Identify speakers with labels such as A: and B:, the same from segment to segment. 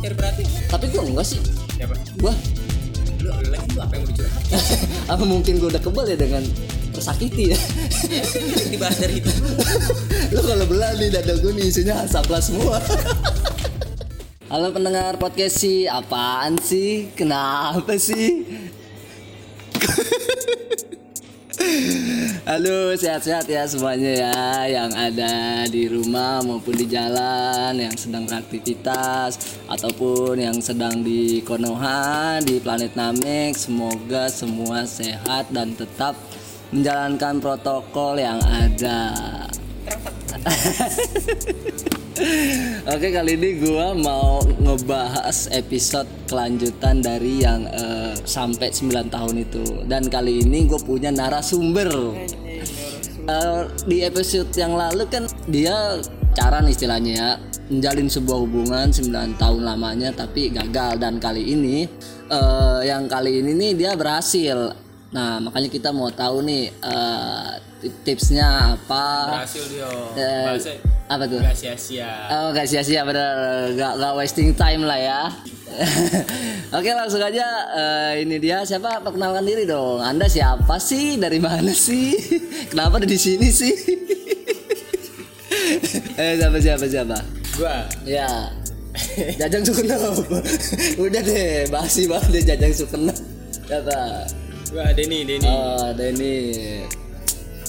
A: cari perhatian
B: tapi gue enggak sih
A: siapa
B: gue
A: lu lu lagi tuh apa yang mau dicurhatin
B: apa mungkin gue udah kebal ya dengan tersakiti ya
A: dibahas dari itu
B: lo kalau belah nih dada gue nih isinya sakla semua halo pendengar podcast sih apaan sih kenapa sih Halo, sehat-sehat ya semuanya ya Yang ada di rumah maupun di jalan Yang sedang beraktivitas Ataupun yang sedang di Konoha Di planet Namek Semoga semua sehat dan tetap Menjalankan protokol yang ada Oke kali ini gua mau ngebahas episode kelanjutan dari yang eh, sampai 9 tahun itu Dan kali ini gue punya narasumber Eh, Di episode yang lalu kan dia cara istilahnya ya Menjalin sebuah hubungan 9 tahun lamanya tapi gagal Dan kali ini eh, yang kali ini nih dia berhasil Nah makanya kita mau tahu nih eh, tipsnya apa
A: berhasil dia
B: Eh,
A: bahasa
B: Apa tuh?
A: nggak sia-sia
B: Oh gak sia-sia bener gak, gak wasting time lah ya Oke langsung aja eh, Ini dia siapa perkenalkan diri dong Anda siapa sih dari mana sih Kenapa ada di sini sih Eh siapa siapa siapa
A: gua
B: Ya Jajang Sukeno Udah deh basi banget deh Jajang Sukeno Siapa
A: gua Denny Denny
B: Oh, Denny.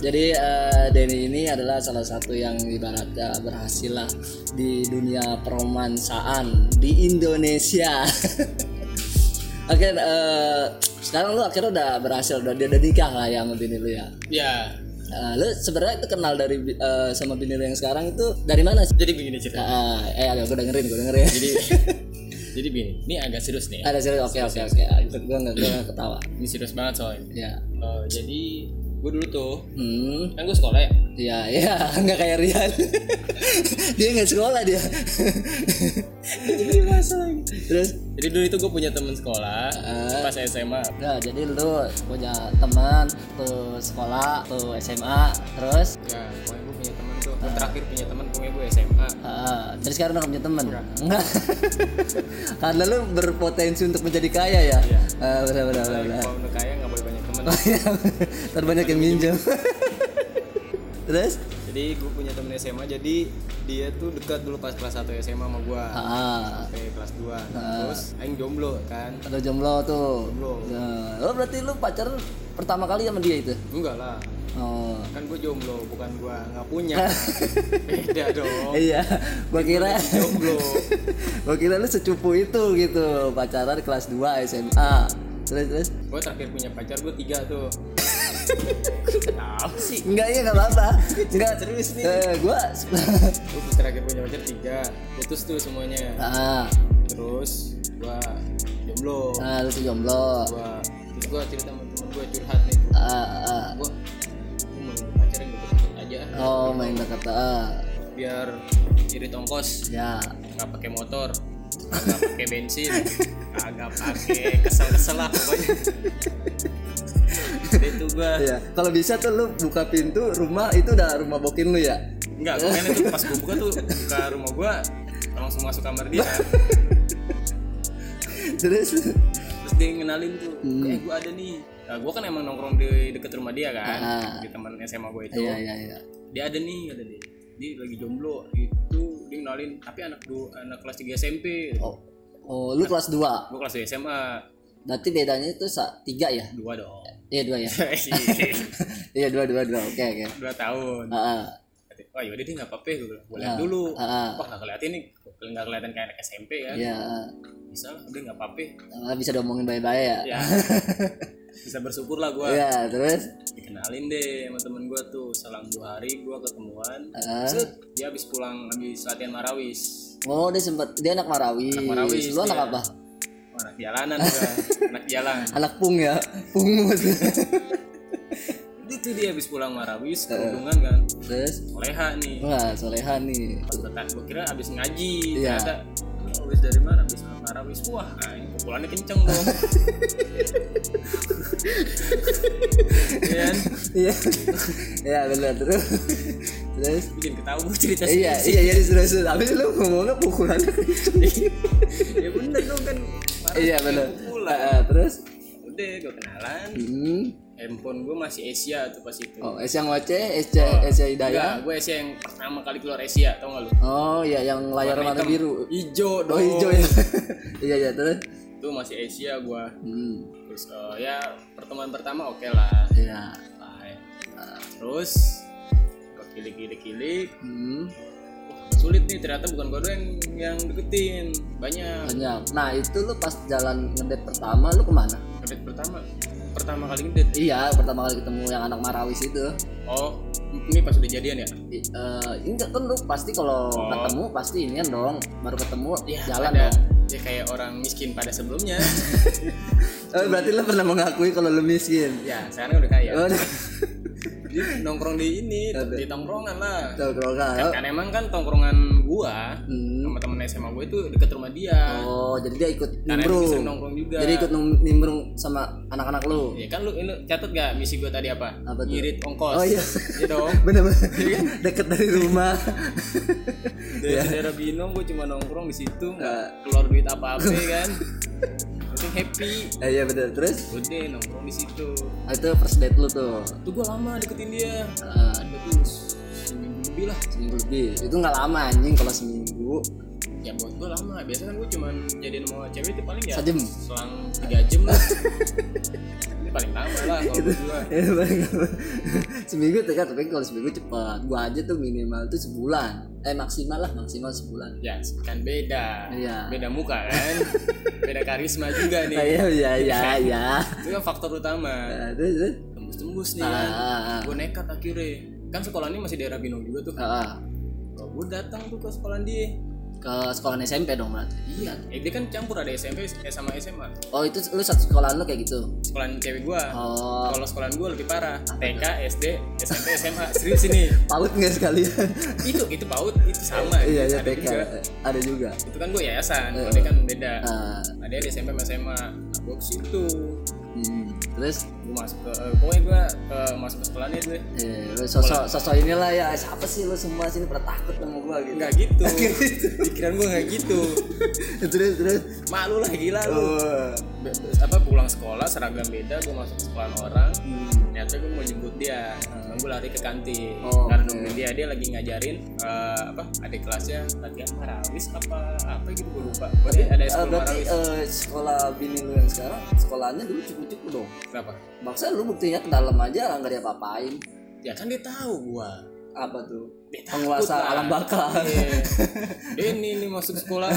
B: Jadi eh, Denny ini adalah salah satu yang ibaratnya berhasil lah di dunia peromansaan di Indonesia. Oke, eh, sekarang lu akhirnya udah berhasil, udah dia udah nikah lah ya sama bini lu ya.
A: ya
B: Eh, lu sebenarnya itu kenal dari bi- eh, sama bini lu yang sekarang itu dari mana sih?
A: jadi begini cerita
B: Ah, eh, agak gue dengerin, gue dengerin.
A: jadi jadi begini ini agak serius nih ya.
B: Ada serius, oke oke oke. Gue nggak gue nggak ketawa.
A: ini serius banget soalnya
B: Ya,
A: Eh, jadi gua dulu tuh
B: hmm.
A: kan gua sekolah ya
B: Iya, iya, nggak kayak Rian. dia nggak sekolah dia. Terus,
A: jadi dulu itu gua punya temen sekolah
B: Ah.
A: pas SMA
B: nah, jadi lu punya teman tuh sekolah, tuh SMA, terus
A: ya pokoknya gue punya temen tuh terakhir punya temen pokoknya gue SMA
B: eh, jadi sekarang lu nggak punya teman. Enggak. Karena lu berpotensi untuk menjadi kaya ya. Eh, benar benar benar. benar.
A: kalau udah kaya nggak boleh banyak temen
B: Terbanyak yang minjem. terus?
A: jadi gue punya temen SMA jadi dia tuh dekat dulu pas kelas 1 SMA sama gue
B: Ah,
A: sampai kelas 2 terus Aing jomblo kan
B: ada jomblo tuh.
A: Jomblo.
B: Nah, lo berarti lu pacar pertama kali sama dia itu?
A: enggak lah
B: Oh.
A: kan gue jomblo bukan gue nggak punya beda dong
B: Iya, gua kira
A: Oh. jomblo
B: gua kira lu secupu itu gitu, pacaran kelas 2 SMA. Terus terus
A: gue terakhir punya pacar gue tiga tuh apa sih
B: enggak ya enggak apa-apa. Enggak
A: serius nih.
B: Eh, gua
A: gue terakhir punya pacar tiga putus tuh semuanya
B: ah,
A: terus gue jomblo
B: ah, lu tuh jomblo.
A: gua terus gua cerita sama temen gua curhat nih
B: Ah, ah.
A: gua gua mau pacaran gitu aja
B: Oh, main dekat ah.
A: biar irit ongkos
B: Ya.
A: nggak pakai motor nggak pakai bensin nggak pakai kesel kesel lah pokoknya Udah itu gua
B: Iya, kalau bisa tuh lu buka pintu rumah itu udah rumah bokin lu ya.
A: nggak gua kan itu pas gua buka tuh buka rumah gua langsung masuk kamar dia
B: Terus
A: terus dia ngenalin tuh
B: Hmm.
A: eh gua ada nih nah, gua kan emang nongkrong di deket rumah dia kan
B: Ah.
A: di teman SMA gua itu
B: Iya, iya, iya.
A: dia ada nih ada dia dia lagi jomblo itu dia kenalin tapi anak du, anak kelas 3 SMP
B: Oh, oh, lu kelas 2.
A: gua kelas 2 SMA
B: Berarti bedanya itu 3 ya?
A: dua dong
B: Iya, 2 ya. Iya, 2 2 2. Oke, oke.
A: dua tahun Oh,
B: Ah, ah.
A: Kata, wah yaudah dia nggak apa-apa gue bilang gue lihat dulu
B: ah, ah.
A: wah nggak kelihatan nih nggak kelihatan kayak anak SMP kan
B: Ya,
A: bisa lah udah nggak apa-apa
B: eh, bisa diomongin baik-baik ya.
A: ya bisa bersyukur lah gue
B: Iya, terus
A: dikenalin deh sama temen gue tuh selang dua hari gue ketemuan
B: Ah.
A: Set, dia habis pulang habis latihan marawis
B: oh dia sempat dia anak Marawi.
A: Marawis,
B: Lu anak
A: iya.
B: apa?
A: Wah, anak jalanan gue anak jalan
B: Anak pung ya. Pung maksudnya.
A: itu dia habis pulang marawis
B: Ah.
A: kerudungan kan
B: terus
A: leha nih
B: wah soleha nih.
A: kan gue kira habis ngaji
B: Iya.
A: ternyata "Lu habis dari mana habis dari marawis wah ah, ini pukulannya kenceng dong Iya kan Iya
B: Iya. Iya benar terus. Terus
A: bikin ketawa gua cerita
B: iya
A: sendiri.
B: iya jadi serius habis lu ngomongnya pukulannya
A: ya bener dong kan parah.
B: iya benar
A: Pulang.
B: terus
A: udah gue kenalan
B: hmm.
A: handphone gue masih Asia tuh pas itu
B: oh ya? es yang ngoceh es Ce- es Ce hidayah
A: gue Asia yang pertama kali keluar Asia tau gak lu
B: oh iya yang layar warna biru
A: hijau
B: oh
A: dong
B: hijau ya iya iya terus
A: itu masih Asia gue
B: hmm.
A: terus eh, ya pertemuan pertama oke lah
B: iya
A: Bye. terus gue kilik kilik kilik
B: hmm.
A: sulit nih ternyata bukan gue doang yang deketin banyak
B: banyak nah itu lu pas jalan ngedate pertama lu kemana
A: Date pertama pertama kali ngedate
B: iya pertama kali ketemu yang anak marawis itu
A: oh ini pas udah jadian ya
B: I- eh, enggak kan lu pasti kalau ketemu pasti ini dong baru ketemu Iya, jalan
A: Oh. Iya, ada
B: dong
A: ya kayak orang miskin pada sebelumnya
B: Eh, berarti lu pernah mengakui kalau lu miskin
A: ya sekarang udah kaya
B: oh,
A: Jadi nongkrong di ini di tongkrongan lah
B: tongkrongan.
A: kan emang kan tongkrongan gua
B: Eh, Hmm.
A: sama temen SMA gua itu deket rumah dia
B: oh jadi dia ikut
A: karena dia sering
B: nimbrung
A: nongkrong juga
B: jadi ikut num- nimbrung sama anak-anak lu
A: ya kan lu, lu catat gak misi gua tadi apa,
B: Apa tuh?
A: ngirit ongkos
B: Oh, iya.
A: Iya dong
B: bener-bener
A: Iya.
B: deket dari rumah
A: dari
B: Ya.
A: daerah Binong gua cuma nongkrong di situ
B: Eh.
A: nggak keluar duit apa apa kan itu happy
B: Eh, iya bener terus
A: udah nongkrong di situ
B: ah, itu first date lu tuh
A: tuh gua lama deketin dia
B: Eh,
A: ada tuh seminggu lebih lah
B: seminggu lebih itu nggak lama anjing kalau seminggu
A: ya buat gua lama biasanya kan gua cuma jadian sama cewek itu paling ya
B: sejam
A: selang tiga jam lah ini paling lama lah kalau berdua
B: Eh, seminggu tuh kan tapi kalau seminggu cepat gua aja tuh minimal tuh sebulan eh maksimal lah maksimal sebulan
A: ya kan beda
B: Iya.
A: beda muka kan beda karisma juga
B: Ah,
A: nih
B: iya iya iya iya
A: itu kan faktor utama
B: Ah, terus terus
A: tembus-tembus nih
B: ah,
A: kan
B: ah, ah.
A: gue nekat akhirnya kan sekolahnya masih daerah Binong juga tuh kan?
B: Ah, ah.
A: gue Oh, datang tuh ke sekolah dia
B: ke sekolah SMP dong berarti
A: iya eh, dia kan campur ada SMP eh, sama SMA
B: oh itu lu satu sekolah lu kayak gitu
A: sekolahan cewek gue
B: oh
A: kalau sekolahan gue lebih parah TK SD SMP SMA serius ini
B: paut nggak sekalian
A: itu itu paut itu sama
B: iya iya
A: ada
B: TK
A: juga.
B: ada juga
A: itu kan gue yayasan kalau dia kan beda
B: Ah,
A: ada di SMP sama SMA gue Nah, ke situ
B: hmm. terus
A: gue masuk ke eh, pokoknya gue masuk ke sekolahnya dulu
B: eh, lu sosok sosok inilah ya siapa sih lu semua sini pada takut sama gua gitu
A: nggak gitu pikiran gue nggak gitu
B: terus terus
A: malu lah gila lu
B: oh.
A: Be- be- apa pulang sekolah seragam beda gue masuk ke sekolah orang
B: Hmm.
A: ternyata gue mau jemput dia Nah, gue lari ke kantin
B: Oh,
A: karena
B: oke.
A: nungguin dia dia lagi ngajarin eh, apa adik kelasnya latihan marawis apa apa gitu gue lupa pokoknya ada
B: Eh,
A: sekolah
B: berarti
A: marawis
B: eh, sekolah bini lu yang sekarang sekolahnya dulu cukup-cukup dong
A: kenapa
B: maksa lu buktinya ke dalam aja nggak dia apain
A: ya kan dia tahu gue
B: apa tuh
A: Dia takut
B: penguasa
A: lah.
B: alam bakar
A: ini ini masuk sekolah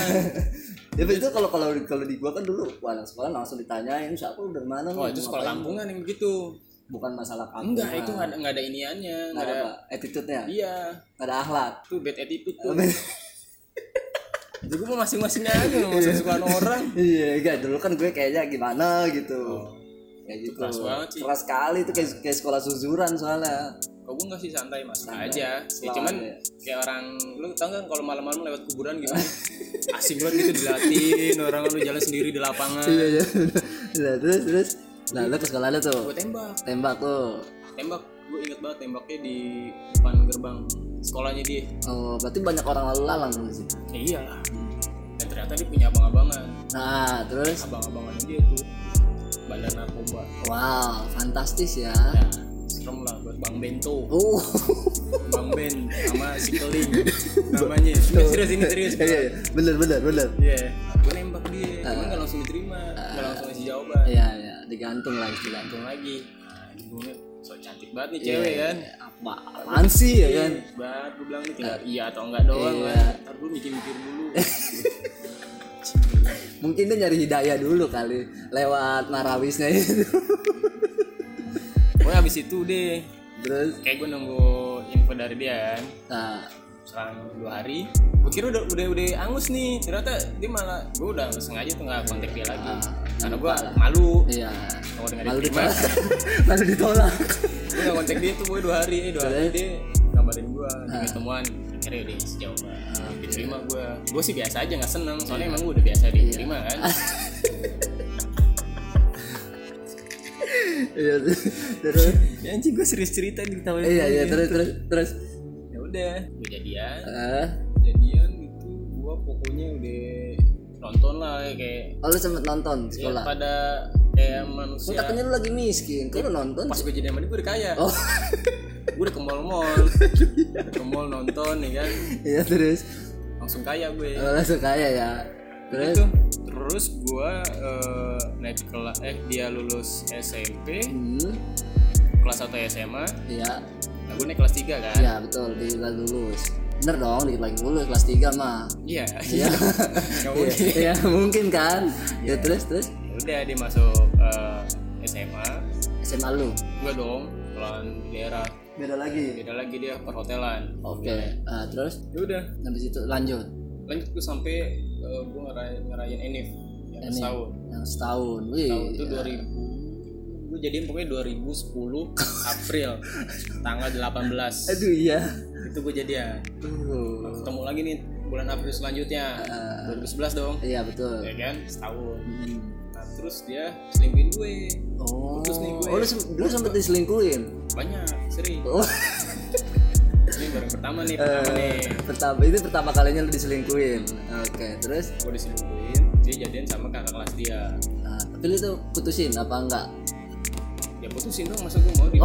B: ya itu kalau kalau kalau di gua kan dulu wah, anak sekolah langsung ditanyain siapa lu dari mana
A: oh
B: lu,
A: itu sekolah
B: ngapain?"
A: kampungan yang begitu
B: bukan masalah kamu
A: enggak itu nggak ada nggak ada iniannya nggak ada
B: ada attitude-nya
A: iya
B: nggak ada akhlak
A: tuh bad attitude tuh jadi gue masing-masing aja masuk sekolah orang
B: iya enggak dulu kan gue kayaknya gimana gitu kayak gitu
A: keras banget sih.
B: keras sekali itu kayak, kayak sekolah suzuran soalnya
A: Kok gue Oh, nggak sih santai masuk
B: Santai.
A: aja. Ya,
B: Selalu
A: cuman
B: aja.
A: kayak orang lu tau kan kalau malam-malam lewat kuburan gitu. Asing banget gitu dilatih, orang lu jalan sendiri di lapangan.
B: iya iya nah, terus terus nah lu ke sekolah lu tuh
A: Gue tembak,
B: tembak tuh
A: tembak. Gue inget banget tembaknya di depan gerbang sekolahnya dia.
B: oh berarti banyak orang lalu lalang dong di situ
A: Ya iyalah. Dan ternyata dia punya abang-abangan.
B: nah terus
A: Abang-abangan dia tuh bandar narkoba.
B: wow fantastis ya
A: Nah, serem lah buat Bang Bento,
B: oh
A: Bang Ben sama si Keling namanya. Ini serius ini serius.
B: iya iya bener bener bener
A: Iya, gue nembak dia, cuman gak langsung diterima, gak langsung ngasih jawaban.
B: Ah. iya iya digantung lah istilahnya
A: Untung lagi, nah, gue so cantik banget nih cewek kan.
B: apa apaan sih ya Iya. kan Ah.
A: Cantik Banget gue bilang nih tinggal iya atau enggak doang
B: Iya.
A: kan. Ntar gue mikir-mikir dulu.
B: mungkin dia nyari hidayah dulu kali lewat marawisnya itu
A: Pokoknya abis itu deh,
B: terus
A: kayak gue nunggu info dari dia kan.
B: nah
A: Selang dua hari, gue kira udah udah udah angus nih. Ternyata dia malah gue udah sengaja tuh nggak kontak dia lagi.
B: Ah,
A: Karena gue malu.
B: iya
A: Kalau dengan
B: malu
A: diterima,
B: ditolak malu ditolak
A: gue gak kontak dia tuh gue dua hari eh, dua hari dia ngabarin gue
B: Ah.
A: di ketemuan akhirnya udah sejauh eh,
B: iya.
A: diterima gue gue sih biasa aja nggak seneng soalnya emang gue udah biasa diterima kan
B: iya terus
A: ya anjing gue serius cerita di tahun
B: iya iya terus terus terus
A: ya udah udah gue jadian
B: Eh,
A: jadian itu gue pokoknya udah nonton lah ya, kayak
B: oh, lu sempet nonton
A: ya,
B: sekolah.
A: pada kayak manusia
B: Gue takutnya lu lagi miskin, kok lu nonton?
A: pas gue jadi sama dia gue udah kaya
B: Oh,
A: gue udah ke mall-mall ke mall nonton ya kan
B: iya terus.
A: langsung kaya gue
B: Oh, langsung kaya ya. Terus,
A: itu Gitu. terus gue eh, naik kelas eh dia lulus SMP
B: hmm,
A: kelas 1 SMA
B: ya,
A: nah gue naik kelas 3 kan
B: ya betul di lagi lulus. Bener dong, dikit lagi lulus kelas 3 mah.
A: iya
B: Iya.
A: Nggak
B: Iya,
A: mungkin.
B: Iya, mungkin kan. Ya terus terus
A: Ya udah dia masuk eh, SMA
B: SMA lu.
A: gue dong pulang di daerah
B: Beda lagi.
A: beda lagi dia perhotelan
B: Oke, ah, terus
A: ya udah
B: habis itu lanjut
A: lanjut gue sampai eh, gue ngerayain, ngerayain Enif yang
B: Enif. Iya.
A: setahun
B: yang setahun. Wih.
A: tahun itu 2000 gue jadiin pokoknya 2010 April tanggal 18
B: Aduh iya.
A: itu gue jadian
B: Tuh.
A: ketemu lagi nih bulan April selanjutnya 2011 dong
B: Iya betul.
A: ya kan setahun
B: Hmm.
A: nah terus dia selingkuhin gue
B: Oh.
A: Putus nih gue.
B: Oh, lu, sem- lu sempet diselingkuhin.
A: banyak sering
B: Oh,
A: ini baru pertama nih pertama nih
B: pertama itu pertama kalinya lu diselingkuhin. Oke, terus
A: gue diselingkuhin dia jadian sama kakak kelas dia
B: nah, tapi lu tuh putusin apa enggak?
A: ya putusin dong masa gue mau di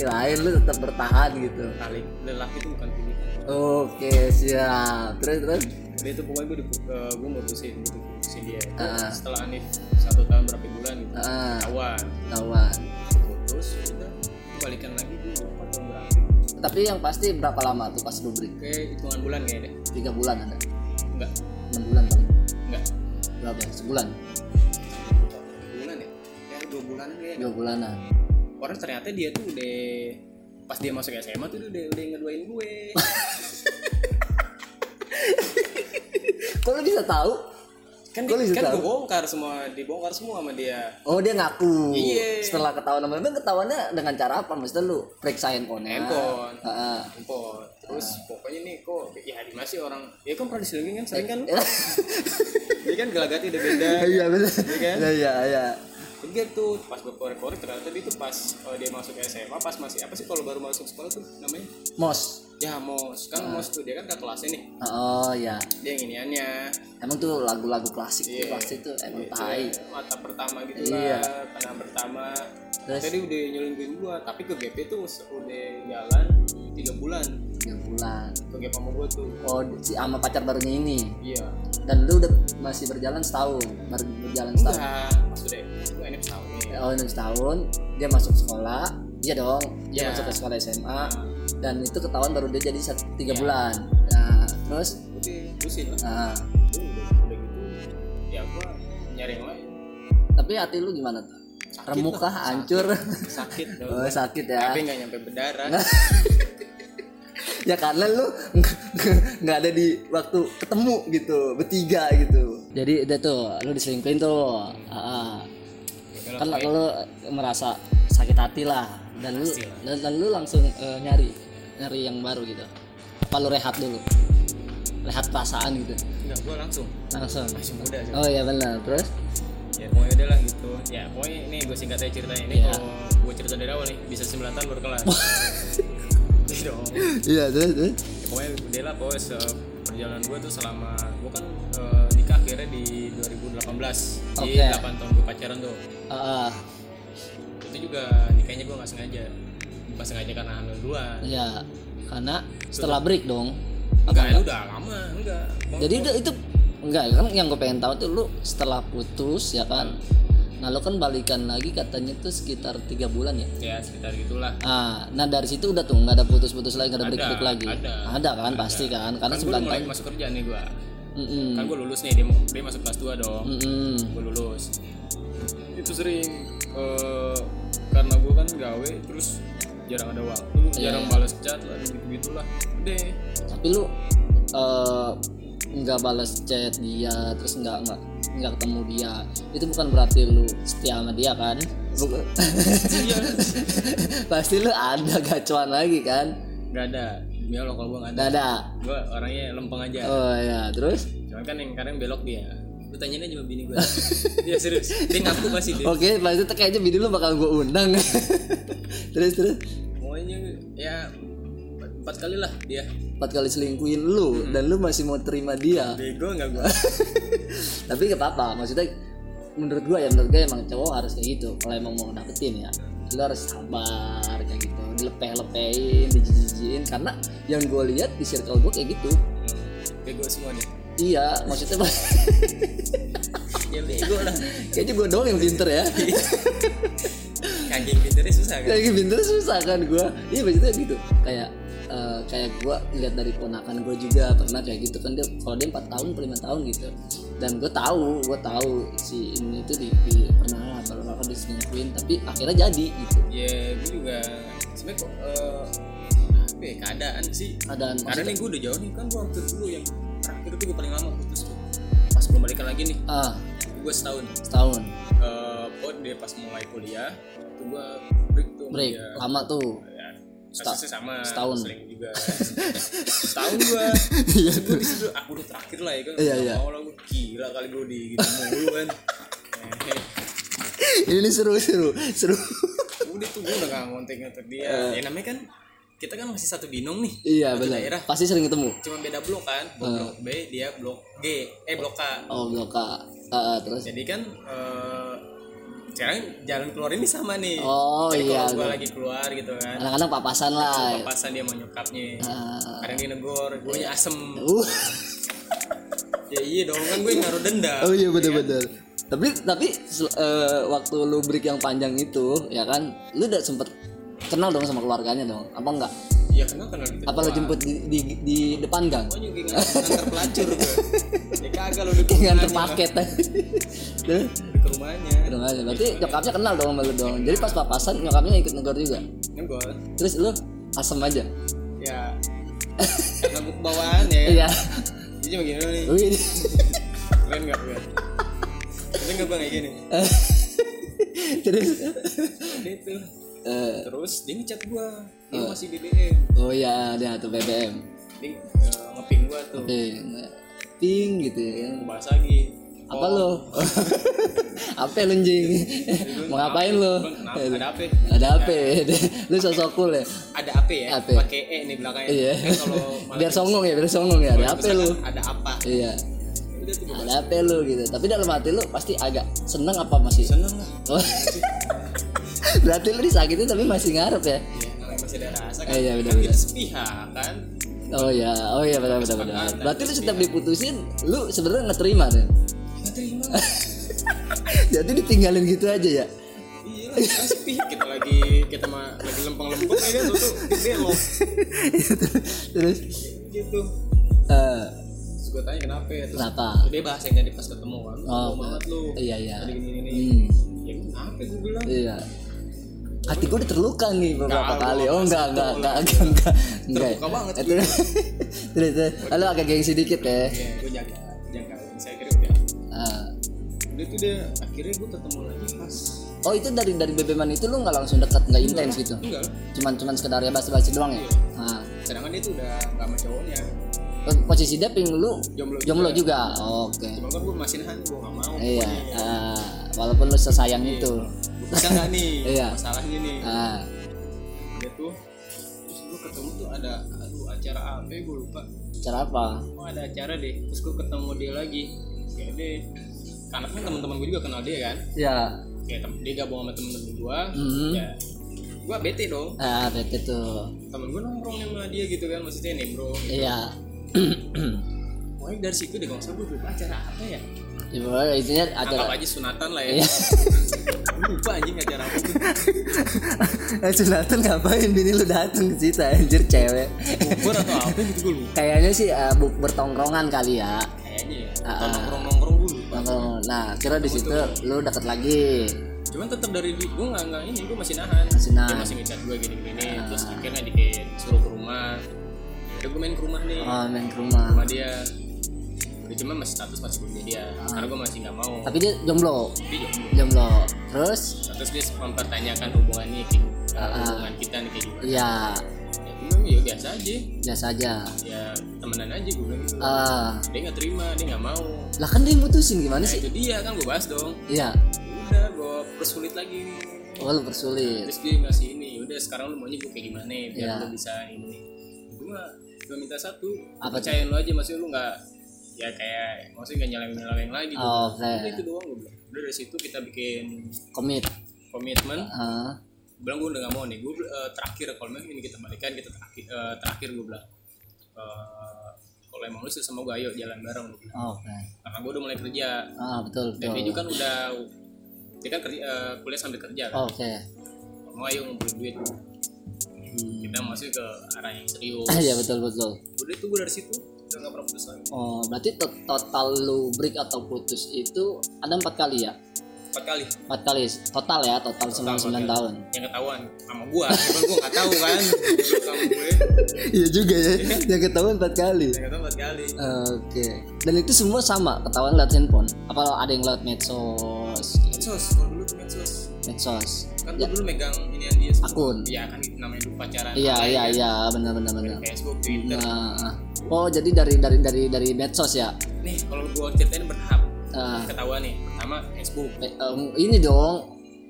B: Kirain lu tetap bertahan gitu.
A: tali lelaki itu bukan pilihan
B: Oke, siap. Terus terus
A: dia itu pokoknya gue dipu- eh, gue mutusin gue putusin dia Itu
B: Ah.
A: setelah Anif satu tahun berapa bulan gitu
B: ah,
A: kawan
B: tawan.
A: putus kita balikan lagi gue lupa tahun berapa
B: Tapi yang pasti berapa lama tuh pas lu break?
A: kayak hitungan bulan kayaknya deh
B: Tiga bulan ada?
A: enggak
B: Enam bulan paling?
A: enggak
B: Berapa? Sebulan?
A: bulan ya kayak dua bulan kayak
B: Dua bulanan?
A: orang ternyata dia tuh udah pas dia masuk SMA tuh dia udah, udah ngeduain gue
B: Kok lu bisa tahu?
A: kan
B: Kok lu
A: dia,
B: bisa
A: kan
B: tahu?
A: gue bongkar semua dibongkar semua sama dia
B: Oh dia ngaku.
A: Iya.
B: Setelah ketahuan sama emang ketahuannya dengan cara apa? Maksudnya lu periksain konnya.
A: Handphone.
B: Heeh.
A: impor terus pokoknya nih kok ya di masih orang ya kan pernah diselingin kan sering kan lu? dia kan gelagatnya udah beda
B: Iya benar.
A: kan?
B: Iya iya iya.
A: Bener tuh pas gue korek-korek ternyata dia tuh pas eh, dia masuk SMA pas masih apa sih kalau baru masuk sekolah tuh namanya
B: Mos.
A: ya mos kan
B: Ah.
A: mos tuh dia kan ke kelasnya nih
B: Oh ya.
A: dia yang iniannya
B: Emang tuh lagu-lagu klasik tuh
A: Iya.
B: pasti tuh emang
A: Gitu,
B: tai.
A: mata pertama gitu
B: Iya.
A: lah karena pertama
B: Terus?
A: tadi udah nyelingkuin gua tapi ke GP tuh se- udah jalan tiga bulan
B: Tiga bulan.
A: ke GP sama gua tuh
B: Oh si sama pacar barunya ini.
A: iya
B: Dan lu udah masih berjalan setahun. Baru berjalan setahun.
A: enggak pas udah gua enak tahun nih
B: Oh enam setahun. Dia masuk sekolah. Iya dong. Dia
A: Iya.
B: masuk ke sekolah SMA.
A: Nah,
B: Dan itu ketahuan baru dia jadi satu, tiga
A: Iya.
B: bulan. Nah terus.
A: udah pusing lah
B: Nah,
A: Gua udah udah gitu ya gua nyari yang lain
B: tapi hati lu gimana tuh?
A: Sakit
B: Remuk
A: lah,
B: kah? Hancur?
A: sakit dong
B: Oh, sakit ya.
A: tapi nggak nyampe berdarah
B: Nah. ya karena lu nggak ada di waktu ketemu gitu, bertiga gitu. Jadi udah tuh, lu diselingkuhin tuh.
A: Hmm.
B: Ah,
A: Ya,
B: kan
A: kalau kayak-
B: lu merasa sakit hati lah dan lu
A: Pasti lah.
B: dan, dan lu langsung eh, nyari nyari yang baru gitu. Apa lu rehat dulu? Rehat perasaan gitu.
A: nggak gua langsung
B: Langsung.
A: masih muda aja
B: Oh iya benar. Terus
A: ya pokoknya udah lah gitu ya pokoknya ini gue singkat aja ceritanya ini
B: Iya.
A: kalau gue cerita dari awal nih bisa 9 tahun baru kelar Iya dong
B: Iya, terus terus.
A: ya, pokoknya udah lah pokoknya se- perjalanan gue tuh selama gue kan eh, nikah akhirnya di 2018
B: Oke.
A: jadi 8 tahun gue pacaran tuh
B: Ah, ah,
A: itu juga nikahnya gue nggak sengaja pas sengaja karena hamil dua
B: iya. Karena setelah break dong.
A: enggak ya udah lama enggak Pokoknya
B: Jadi udah itu enggak kan yang gue pengen tahu tuh lu setelah putus ya kan. Nah lu kan balikan lagi katanya tuh sekitar tiga bulan ya.
A: ya sekitar gitulah
B: Ah, nah dari situ udah tuh nggak ada putus-putus lagi, nggak ada break-break lagi.
A: ada.
B: kan pasti kan, karena
A: kan gue
B: sembilan
A: mulai
B: tahun. Hmm.
A: masuk kerja nih gue
B: Mm-mm.
A: kan gue lulus nih dia, dia masuk kelas 2 dong
B: Mm-mm.
A: gue lulus itu sering eh, karena gue kan gawe terus jarang ada waktu
B: Iya,
A: jarang
B: iya.
A: balas chat lah gitu gitulah deh
B: Tapi lu eh, nggak balas chat dia, terus nggak nggak nggak ketemu dia. Itu bukan berarti lu setia sama dia kan? Bukan.
A: iya
B: pasti lu ada gacuan lagi kan?
A: nggak ada demi allah kalau gue nggak ada
B: Nggak ada.
A: gue orangnya lempeng aja
B: Oh ya, terus?
A: cuman kan yang kadang belok dia lu tanyain aja sama bini gue dia serius dia ngaku pasti dia
B: Oke, setelah itu kayaknya bini lu bakal gue undang. terus terus.
A: pokoknya ya empat kali lah dia
B: empat kali selingkuhin lu dan lu masih mau terima dia
A: bego nggak gua
B: tapi gak apa-apa maksudnya menurut gua ya menurut gua emang cowok harus kayak gitu kalau emang mau dapetin ya lu harus sabar kayak gitu dilepeh-lepehin dijijiin karena yang gua lihat di circle gua kayak gitu
A: Hmm, bego semua deh
B: iya maksudnya
A: ya bego lah
B: kayaknya gua doang yang pinter ya
A: anjing pinternya susah kan
B: kayak pinter susah kan gua iya maksudnya gitu kayak eh, kayak gua lihat dari ponakan gua juga pernah kayak gitu kan dia kalau dia empat tahun per lima tahun gitu dan gua tahu gua tahu si ini itu di, di pernah lah kalau kalau diselingkuhin tapi akhirnya jadi gitu
A: ya gue juga sebenarnya kok eh, apa ya, keadaan sih
B: keadaan
A: karena nih gue udah jauh nih kan gue hampir dulu yang terakhir tuh gue paling lama putus tuh pas gue balikan lagi nih
B: ah
A: gue setahun
B: setahun
A: Eh, pot dia pas mulai kuliah tuh gue break tuh sama
B: break
A: dia.
B: lama tuh
A: ya, kasusnya sama
B: setahun.
A: sering juga setahun gue gue disitu aku udah terakhir lah ya kan
B: Iya,
A: Nggak
B: iya.
A: mau lah gue gila kali gue di gitu mulu kan Eh,
B: ini seru seru seru
A: udah tuh gue udah gak ngontek ngontek dia ya namanya kan kita kan masih satu binong nih
B: Eh. iya Eh.
A: Satu daerah
B: benar pasti sering ketemu
A: cuma beda blok kan Gua blok B dia blok G eh blok K
B: oh blok K. Ah, ah, terus
A: jadi kan eh sekarang jalan keluar ini sama nih
B: Oh,
A: jadi
B: iya,
A: kalau Iya. gue lagi keluar gitu kan
B: kadang-kadang papasan lah
A: papasan dia mau nyokapnya
B: Iya. Ah.
A: kadang dia negor gue asem
B: uh
A: ya iya dong kan gue yang ngaruh dendam
B: Oh iya benar-benar. Tapi tapi sel- eh, waktu lu break yang panjang itu ya kan, lu udah sempet kenal dong sama keluarganya dong. Apa enggak?
A: ya kenal kenal gitu
B: Apa lu jemput di, di, di depan gang?
A: gue juga nganter nganter pelacur gue ya kagak lu di ke
B: Dengan
A: rumahnya
B: terpaket. Terus
A: Di ke rumahnya
B: gitu aja. Berarti nyokapnya kenal dong sama lu dong. Jadi pas papasan nyokapnya ikut negor juga.
A: kan gue
B: Terus lu asem aja.
A: ya karena gue kebawaan ya
B: Iya.
A: dia cuma gini doang nih
B: Wih.
A: keren gak gue keren gak gue kayak gini
B: Terus
A: dia tuh
B: eh,
A: terus dia ngechat gue dia masih BBM
B: oh ya dia tuh BBM.
A: dia eh, ngeping gue tuh
B: Oke. Ting gitu ya kan.
A: gue bahas lagi
B: apa lo apa Oh. lu anjing mau ngapain lo
A: Bang, kenapa? ada apa
B: ada apa ya? lu sosok cool ya
A: ada apa ya
B: Apa?
A: pakai e nih belakangnya
B: iya
A: kan kalau malah
B: biar songong ya biar songong ya ada apa
A: misalkan
B: lu
A: ada apa
B: iya
A: udah tuh
B: ada apa lu gitu tapi dalam hati lu pasti agak seneng apa masih
A: seneng lah
B: Oh. berarti lu disakitin tapi masih ngarep ya
A: ya namanya masih ada rasa kan
B: Eh, iya,
A: kan
B: benar-benar.
A: kita sepihak kan
B: oh ya oh ya benar benar benar berarti lu setiap diputusin lu sebenarnya ngeterima deh
A: nggak terima
B: jadi ditinggalin gitu aja ya
A: iya lah kita sepihak kita lagi kita mah lagi lempeng-lempeng aja tuh tuh dia belok
B: terus
A: gitu
B: eh,
A: terus gue tanya kenapa ya terus
B: kenapa
A: dia bahas yang tadi pas ketemu kan lu
B: Oh,
A: oh, banget lu
B: iya iya
A: tadi gini gini
B: hmm.
A: ya kenapa gue bilang
B: Iya. Hati gue udah terluka nih beberapa
A: Enggak,
B: kali.
A: gua
B: Oh enggak
A: nggak
B: enggak enggak
A: terluka.
B: enggak enggak. enggak.
A: Terbuka banget
B: Itu. ya. Terus terus. Lalu agak gengsi dikit ya.
A: ya gue jaga jaga saya kira udah
B: Ah.
A: ya. udah tuh dia akhirnya gue ketemu lagi pas
B: Oh itu dari dari bebeman itu lu nggak langsung dekat nggak intens gitu.
A: enggak lah
B: Cuman cuman sekedar ya basa-basi doang
A: Iya.
B: ya. Nah,
A: sedangkan dia tuh udah gak sama cowoknya
B: Oh, posisi dia ping lu
A: jomblo
B: jomblo juga. Oke.
A: cuma kan gue masih nahan gue gak mau
B: Iya. Ah, walaupun lu sesayang
A: Iya.
B: itu.
A: bisa nggak nih
B: Iya.
A: masalahnya nih
B: Ah.
A: dia tuh terus gue ketemu tuh ada aduh acara apa gue lupa
B: Cara apa?
A: oh ada acara deh terus gue ketemu dia lagi ya deh karena kan teman-teman gue juga kenal dia kan
B: Ya.
A: ya tem- dia gabung sama temen-temen gue
B: Hmm.
A: ya gue bete dong
B: Ah, bete tuh.
A: temen gue nongkrong sama dia gitu kan maksudnya nih bro
B: Iya.
A: pokoknya dari situ deh kalau gue lupa acara apa ya
B: Ya, pokoknya intinya acara Iya.
A: anggap aja sunatan lah ya lupa anjing acara apa tuh
B: Eh sunatan ngapain bini lu dateng ke situ anjir cewek
A: bubur atau apa gitu gue lupa
B: Kayaknya sih eh, bu- bertongkrongan kali ya
A: kayaknya ya
B: Ah,
A: atau
B: ah.
A: nongkrong nongkrong gue lupa
B: Nongkrong. Nah kira di situ lu deket lagi
A: cuman tetap dari gue nggak nggak ini gue masih nahan
B: Masih nahan. Ah,
A: dia masih ngechat gue gini gini terus akhirnya dikit suruh ke rumah udah gue main ke rumah nih
B: oh, main ke rumah
A: rumah dia udah cuman masih status masih belum jadian karena gue masih nggak mau
B: Ah. Tapi dia jomblo
A: tapi jomblo.
B: Jomblo Terus
A: terus dia mempertanyakan hubungannya kayak gitu,
B: Ah, ah.
A: hubungan kita nih kayak gimana
B: ya
A: ya gue bilang, ya biasa aja
B: biasa aja
A: ya temenan aja gue bilang gitu
B: Ah,
A: dia nggak terima dia nggak mau
B: Lah kan dia yang mutusin gimana
A: nah
B: sih
A: itu dia kan gue bahas dong
B: Iya
A: udah gue persulit lagi
B: Oh lu bersulit
A: terus dia ngasih ini udah sekarang lu maunya gue kayak gimana biar
B: Iya.
A: lu bisa ini mah dua minta satu
B: Apa tuh?
A: percayain lu aja maksudnya lu nggak ya kayak maksudnya nggak nyalain nyalain lagi gitu.
B: Oke.
A: Udah itu doang gue bilang udah dari situ kita bikin
B: Komit.
A: komitmen
B: Ah,
A: Gua bilang gue udah gak mau nih gue terakhir kalau memang ini kita balikan kita terakhir eh, terakhir gue bilang Eh, kalau emang lu sih sama gue ayo jalan bareng gua bilang.
B: oke.
A: karena gue udah mulai kerja
B: Ah, betul
A: dan dia
B: betul.
A: juga kan udah dia kan kerja, eh, kuliah sambil kerja kan.
B: Oke. Oh.
A: mau ayo ngumpulin duit
B: Hmm.
A: kita masih ke arah yang serius
B: ya betul betul.
A: udah itu gue dari situ udah gak pernah putus lagi
B: Oh, berarti to- total lu break atau putus itu ada empat kali ya?
A: empat kali
B: Empat kali total ya, total sembilan sembilan
A: empat
B: tahun.
A: yang ketahuan sama gue emang gue gak tahu kan sama gue
B: Iya juga ya, yang ketahuan empat kali.
A: yang ketahuan empat kali
B: Oke. Dan itu semua sama ketahuan lewat handphone. Apa ada yang lewat medsos?
A: medsos kalau dulu tuh medsos
B: Medsos.
A: kan gua dulu megang ini yang dia semua.
B: Akun.
A: iya kan namanya dulu pacaran
B: Iya iya iya benar benar benar.
A: Facebook Twitter
B: Nah, oh jadi dari dari dari dari medsos ya?
A: nih kalau gua ceritain bertahap
B: Ah,
A: ketahuan nih pertama Facebook
B: eh, em, ini dong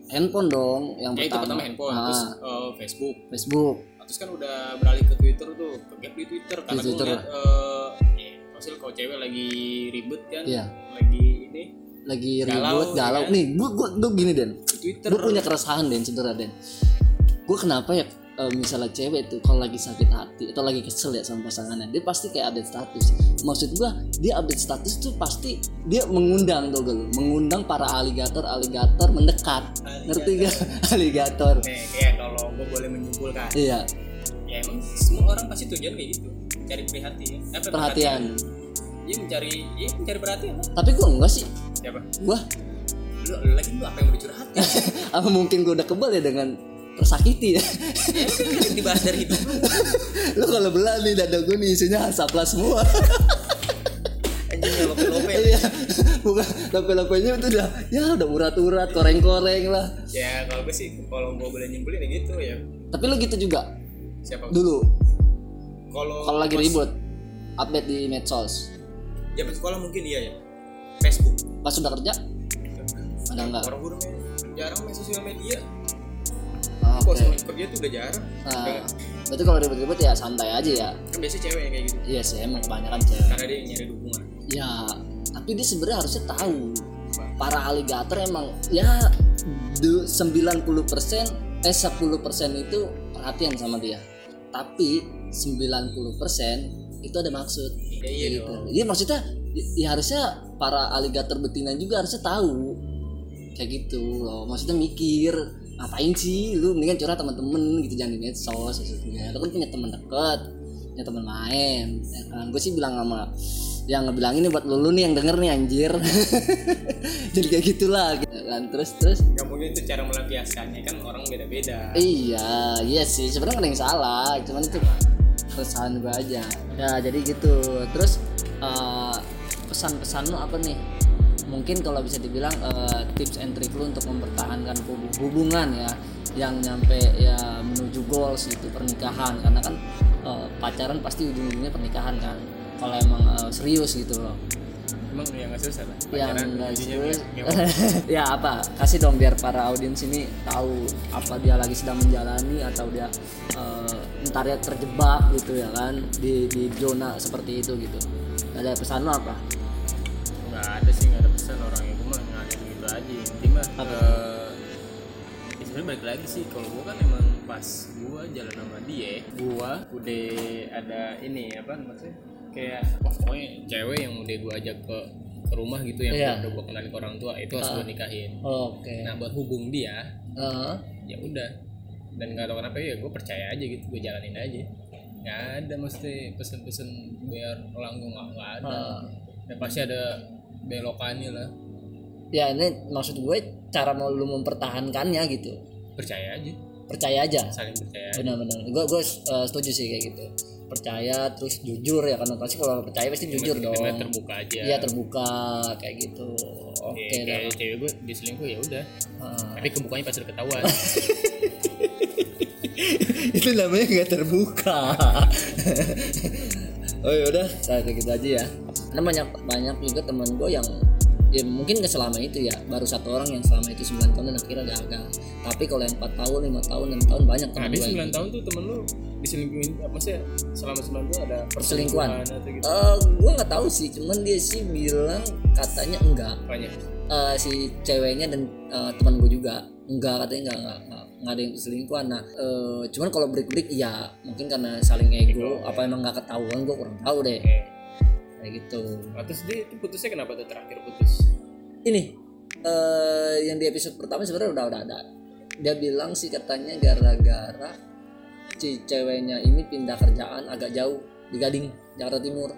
B: handphone dong yang
A: ya itu pertama
B: pertama.
A: handphone
B: Ah.
A: terus eh, Facebook
B: Facebook.
A: terus kan udah beralih ke Twitter tuh ke gap di Twitter karena gua
B: Twitter.
A: ngeliat eh, ya, hasil kalau cewek lagi ribet kan
B: Iya.
A: lagi ini
B: Lagi
A: Galau,
B: ribut galau.
A: kan?
B: Nih, gua gua, gua gini Den.
A: di Twitter
B: Gue punya keresahan Den sebenarnya Den. Gue kenapa ya eh, misalnya cewek tuh kalau lagi sakit hati atau lagi kesel ya sama pasangannya dia pasti kayak update status maksud gua dia update status tuh pasti dia mengundang tuh gua, mengundang para aligator aligator mendekat ngerti gak aligator
A: nih kayak kalau gua boleh menyimpulkan
B: iya
A: ya emang semua orang pasti tujuan kayak gitu cari perhatian apa
B: perhatian
A: dia mencari dia mencari perhatian lah.
B: tapi gua enggak sih
A: siapa
B: gua
A: lu lu lagi lu apa yang mau dicurhat
B: apa mungkin gua udah kebal ya dengan tersakiti ya
A: kan dibahas dari hidup lu
B: lu kalau belah nih dada gua nih isinya hasaplah semua
A: anjing ya lope lope
B: iya bukan lope-lopenya itu udah ya udah urat-urat koreng-koreng lah
A: ya kalau gue sih kalau gue boleh nyimpulin ya gitu ya
B: tapi lu gitu juga
A: siapa
B: dulu
A: kalau
B: kalau lagi ribut update di medsos
A: zaman sekolah mungkin iya ya Facebook
B: pas udah kerja ada nggak
A: orang guru main jarang main sosial media
B: oke
A: kok sama kerja tuh udah jarang
B: nah, berarti kalau ribut-ribut ya santai aja ya
A: kan biasanya cewek yang kayak gitu
B: iya sih emang kebanyakan cewek
A: karena dia yang nyari dukungan
B: ya tapi dia sebenarnya harusnya tahu para aligator emang ya du- 90% eh 10% itu perhatian sama dia tapi 90% itu ada maksud
A: ya iya
B: gitu.
A: dong
B: Jadi maksudnya ya, ya harusnya para aligator betina juga harusnya tahu kayak gitu loh. Maksudnya mikir ngapain sih lu mendingan curhat teman-temen gitu jangan di medsos maksudnya. Lu kan punya teman deket, punya teman main. Ya kan gue sih bilang sama yang ngebilang ini buat lu, lu nih yang denger nih anjir. Jadi kayak gitulah gitu kan. Terus terus
A: nggak Ya, mungkin itu cara melampiaskannya kan orang beda beda
B: Iya, iya sih. Sebenarnya nggak ada yang salah, cuman itu keresahan gue aja. Ya jadi gitu. Terus eh, pesan-pesan lu apa nih? Mungkin kalau bisa dibilang eh, tips and trick lu untuk mempertahankan hub- hubungan ya, yang nyampe ya menuju goals itu pernikahan. Karena kan eh, pacaran pasti ujung-ujungnya pernikahan kan. Kalau emang eh, serius gitu loh.
A: emang ya nggak susah lah
B: Yang
A: Pacaran
B: nggak
A: intinya
B: serius.
A: biar-
B: ya apa kasih dong biar para audiens ini tahu apa dia lagi sedang menjalani atau dia eh, ntar ya terjebak gitu ya kan di di zona seperti itu gitu ada pesan lo apa
A: nggak ada sih nggak ada pesan orang yang cuma ngalir gitu aja yang penting mah eh, ya sebenarnya balik lagi sih kalau gua kan emang pas gua jalan sama dia gua udah ada ini apa maksudnya kayak wah pokoknya cewek yang udah gua ajak ke ke rumah gitu yang
B: Iya. Ah.
A: udah gua kenalin ke orang tua itu harus gua nikahin
B: oke Eh,
A: nah berhubung dia ya udah dan nggak tahu kenapa ya gue percaya aja gitu gue jalanin aja nggak ada mesti pesen-pesen biar langgung nggak nggak ada
B: Ah.
A: dan pasti ada belokannya lah
B: ya ini maksud gue cara mau lu mempertahankannya gitu
A: percaya aja
B: percaya aja
A: saling percaya aja.
B: benar-benar gue gue setuju sih kayak gitu percaya terus jujur ya karena pasti kalau percaya pasti jujur
A: Kita mah
B: dong
A: terbuka aja
B: Iya terbuka kayak gitu oke
A: Ya, kayak
B: dah.
A: cewek gue diselingkuh ya udah
B: Ah.
A: tapi kebukanya pas udah ketahuan
B: itu namanya nggak terbuka ya. oh yaudah saya kayak gitu aja ya karena banyak banyak juga teman gue yang ya mungkin nggak selama itu ya baru satu orang yang selama itu 9 tahun dan akhirnya gagal tapi kalau yang 4 tahun 5 tahun 6 tahun banyak
A: Nah,
B: teman
A: dia
B: gua yang
A: 9 tahun tuh temen lu diselingkuhin, apa sih? Selama 9 tahun ada
B: Perselingkuhan.
A: atau gitu.
B: Eh, gua nggak tahu sih cuman dia sih bilang katanya enggak
A: Banyak.
B: Eh, si ceweknya dan eh, teman gue juga enggak katanya enggak enggak, enggak, enggak ada yang selingkuhan nah eh, cuman kalau break-break ya mungkin karena saling ego
A: Ego, ya.
B: apa emang enggak ketahuan gue kurang tahu deh
A: Oke.
B: kayak gitu
A: Nah, terus dia itu putusnya kenapa tuh terakhir putus?
B: ini eh yang di episode pertama sebenarnya udah udah ada dia bilang sih katanya gara-gara si ceweknya ini pindah kerjaan agak jauh di Gading Jakarta Timur